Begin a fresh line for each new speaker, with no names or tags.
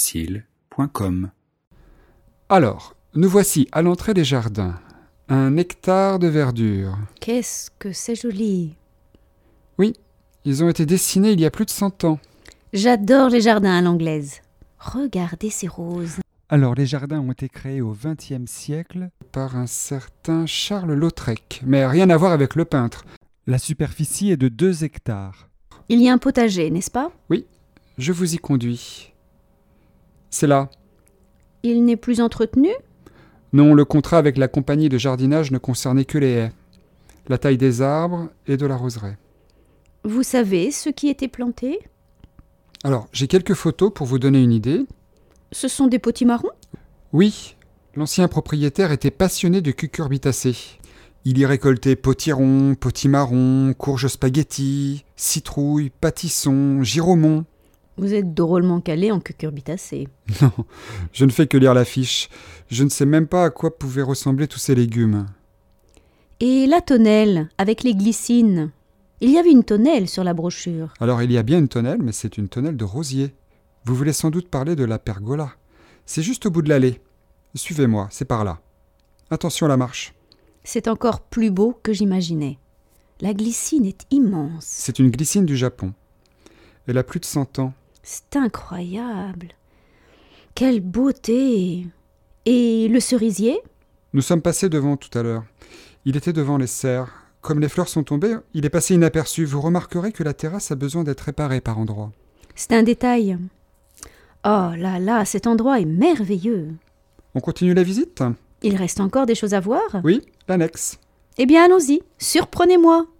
podcastfrancaisfacile.com
Alors, nous voici à l'entrée des jardins. Un hectare de verdure.
Qu'est-ce que c'est joli
Ils ont été dessinés il y a plus de 100 ans.
J'adore les jardins à l'anglaise. Regardez ces roses.
Alors, les jardins ont été créés au XXe siècle par un certain Charles Lautrec, mais rien à voir avec le peintre. La superficie est de 2 hectares.
Il y a un potager, n'est-ce pas
Je vous y conduis. C'est là.
Il n'est plus entretenu
Non, le contrat avec la compagnie de jardinage ne concernait que les haies, la taille des arbres et de la roseraie.
Vous savez ce qui était planté
Alors, j'ai quelques photos pour vous donner une idée.
Ce sont des potimarrons
Oui, l'ancien propriétaire était passionné de cucurbitacées. Il y récoltait potirons, potimarrons, courges spaghetti, citrouilles, pâtissons, giromons.
Vous êtes drôlement calé en cucurbitacées.
Non, je ne fais que lire l'affiche. Je ne sais même pas à quoi pouvaient ressembler tous ces légumes.
Et la tonnelle, avec les glycines. Il y avait une tonnelle sur la brochure.
Alors il y a bien une tonnelle, mais c'est une tonnelle de rosier. Vous voulez sans doute parler de la pergola. C'est juste au bout de l'allée. Suivez-moi, c'est par là. Attention à la marche.
C'est encore plus beau que j'imaginais. La glycine est immense.
C'est une glycine du Japon. Elle a plus de 100 ans.
C'est incroyable. Quelle beauté. Et le cerisier
Nous sommes passés devant tout à l'heure. Il était devant les serres. Comme les fleurs sont tombées, il est passé inaperçu. Vous remarquerez que la terrasse a besoin d'être réparée par endroits.
C'est un détail. Oh là là, cet endroit est merveilleux.
On continue la visite
Il reste encore des choses à voir
Oui, l'annexe.
Eh bien allons-y, surprenez-moi.